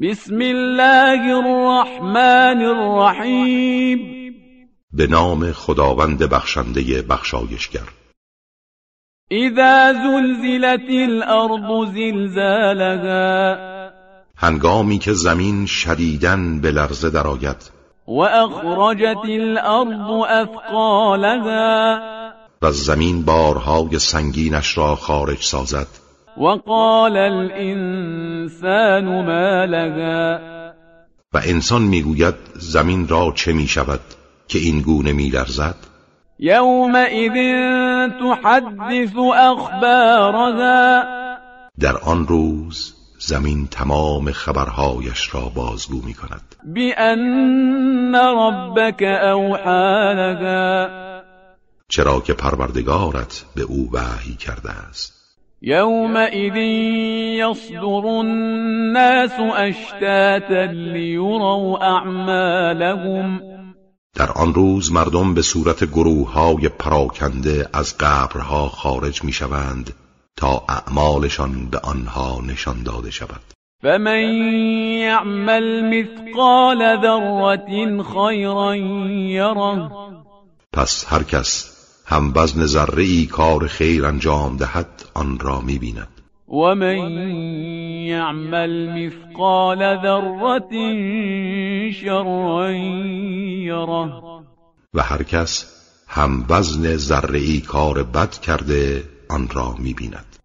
بسم الله الرحمن الرحیم به نام خداوند بخشنده بخشایشگر اذا زلزلت الارض زلزالها هنگامی که زمین شدیدن به لرزه درآید واخرجت الارض اثقالها و زمین بارهای سنگینش را خارج سازد وقال الانسان ما لها و انسان میگوید زمین را چه می شود که این گونه می لرزد يومئذ تحدث اخبارها در آن روز زمین تمام خبرهایش را بازگو می کند بان ربك اوحى لها چرا که پروردگارت به او وحی کرده است يومئذ يصدر الناس اشتاتا ليروا اعمالهم در آن روز مردم به صورت گروه های پراکنده از قبرها خارج می شوند تا اعمالشان به آنها نشان داده شود فمن يعمل مثقال ذره خيرا يره پس هر کس هم وزن ذره‌ای کار خیر انجام دهد آن را می بیند ومن يعمل مثقال ذره شرا يره و هر کس هم وزن ذره‌ای کار بد کرده آن را می بیند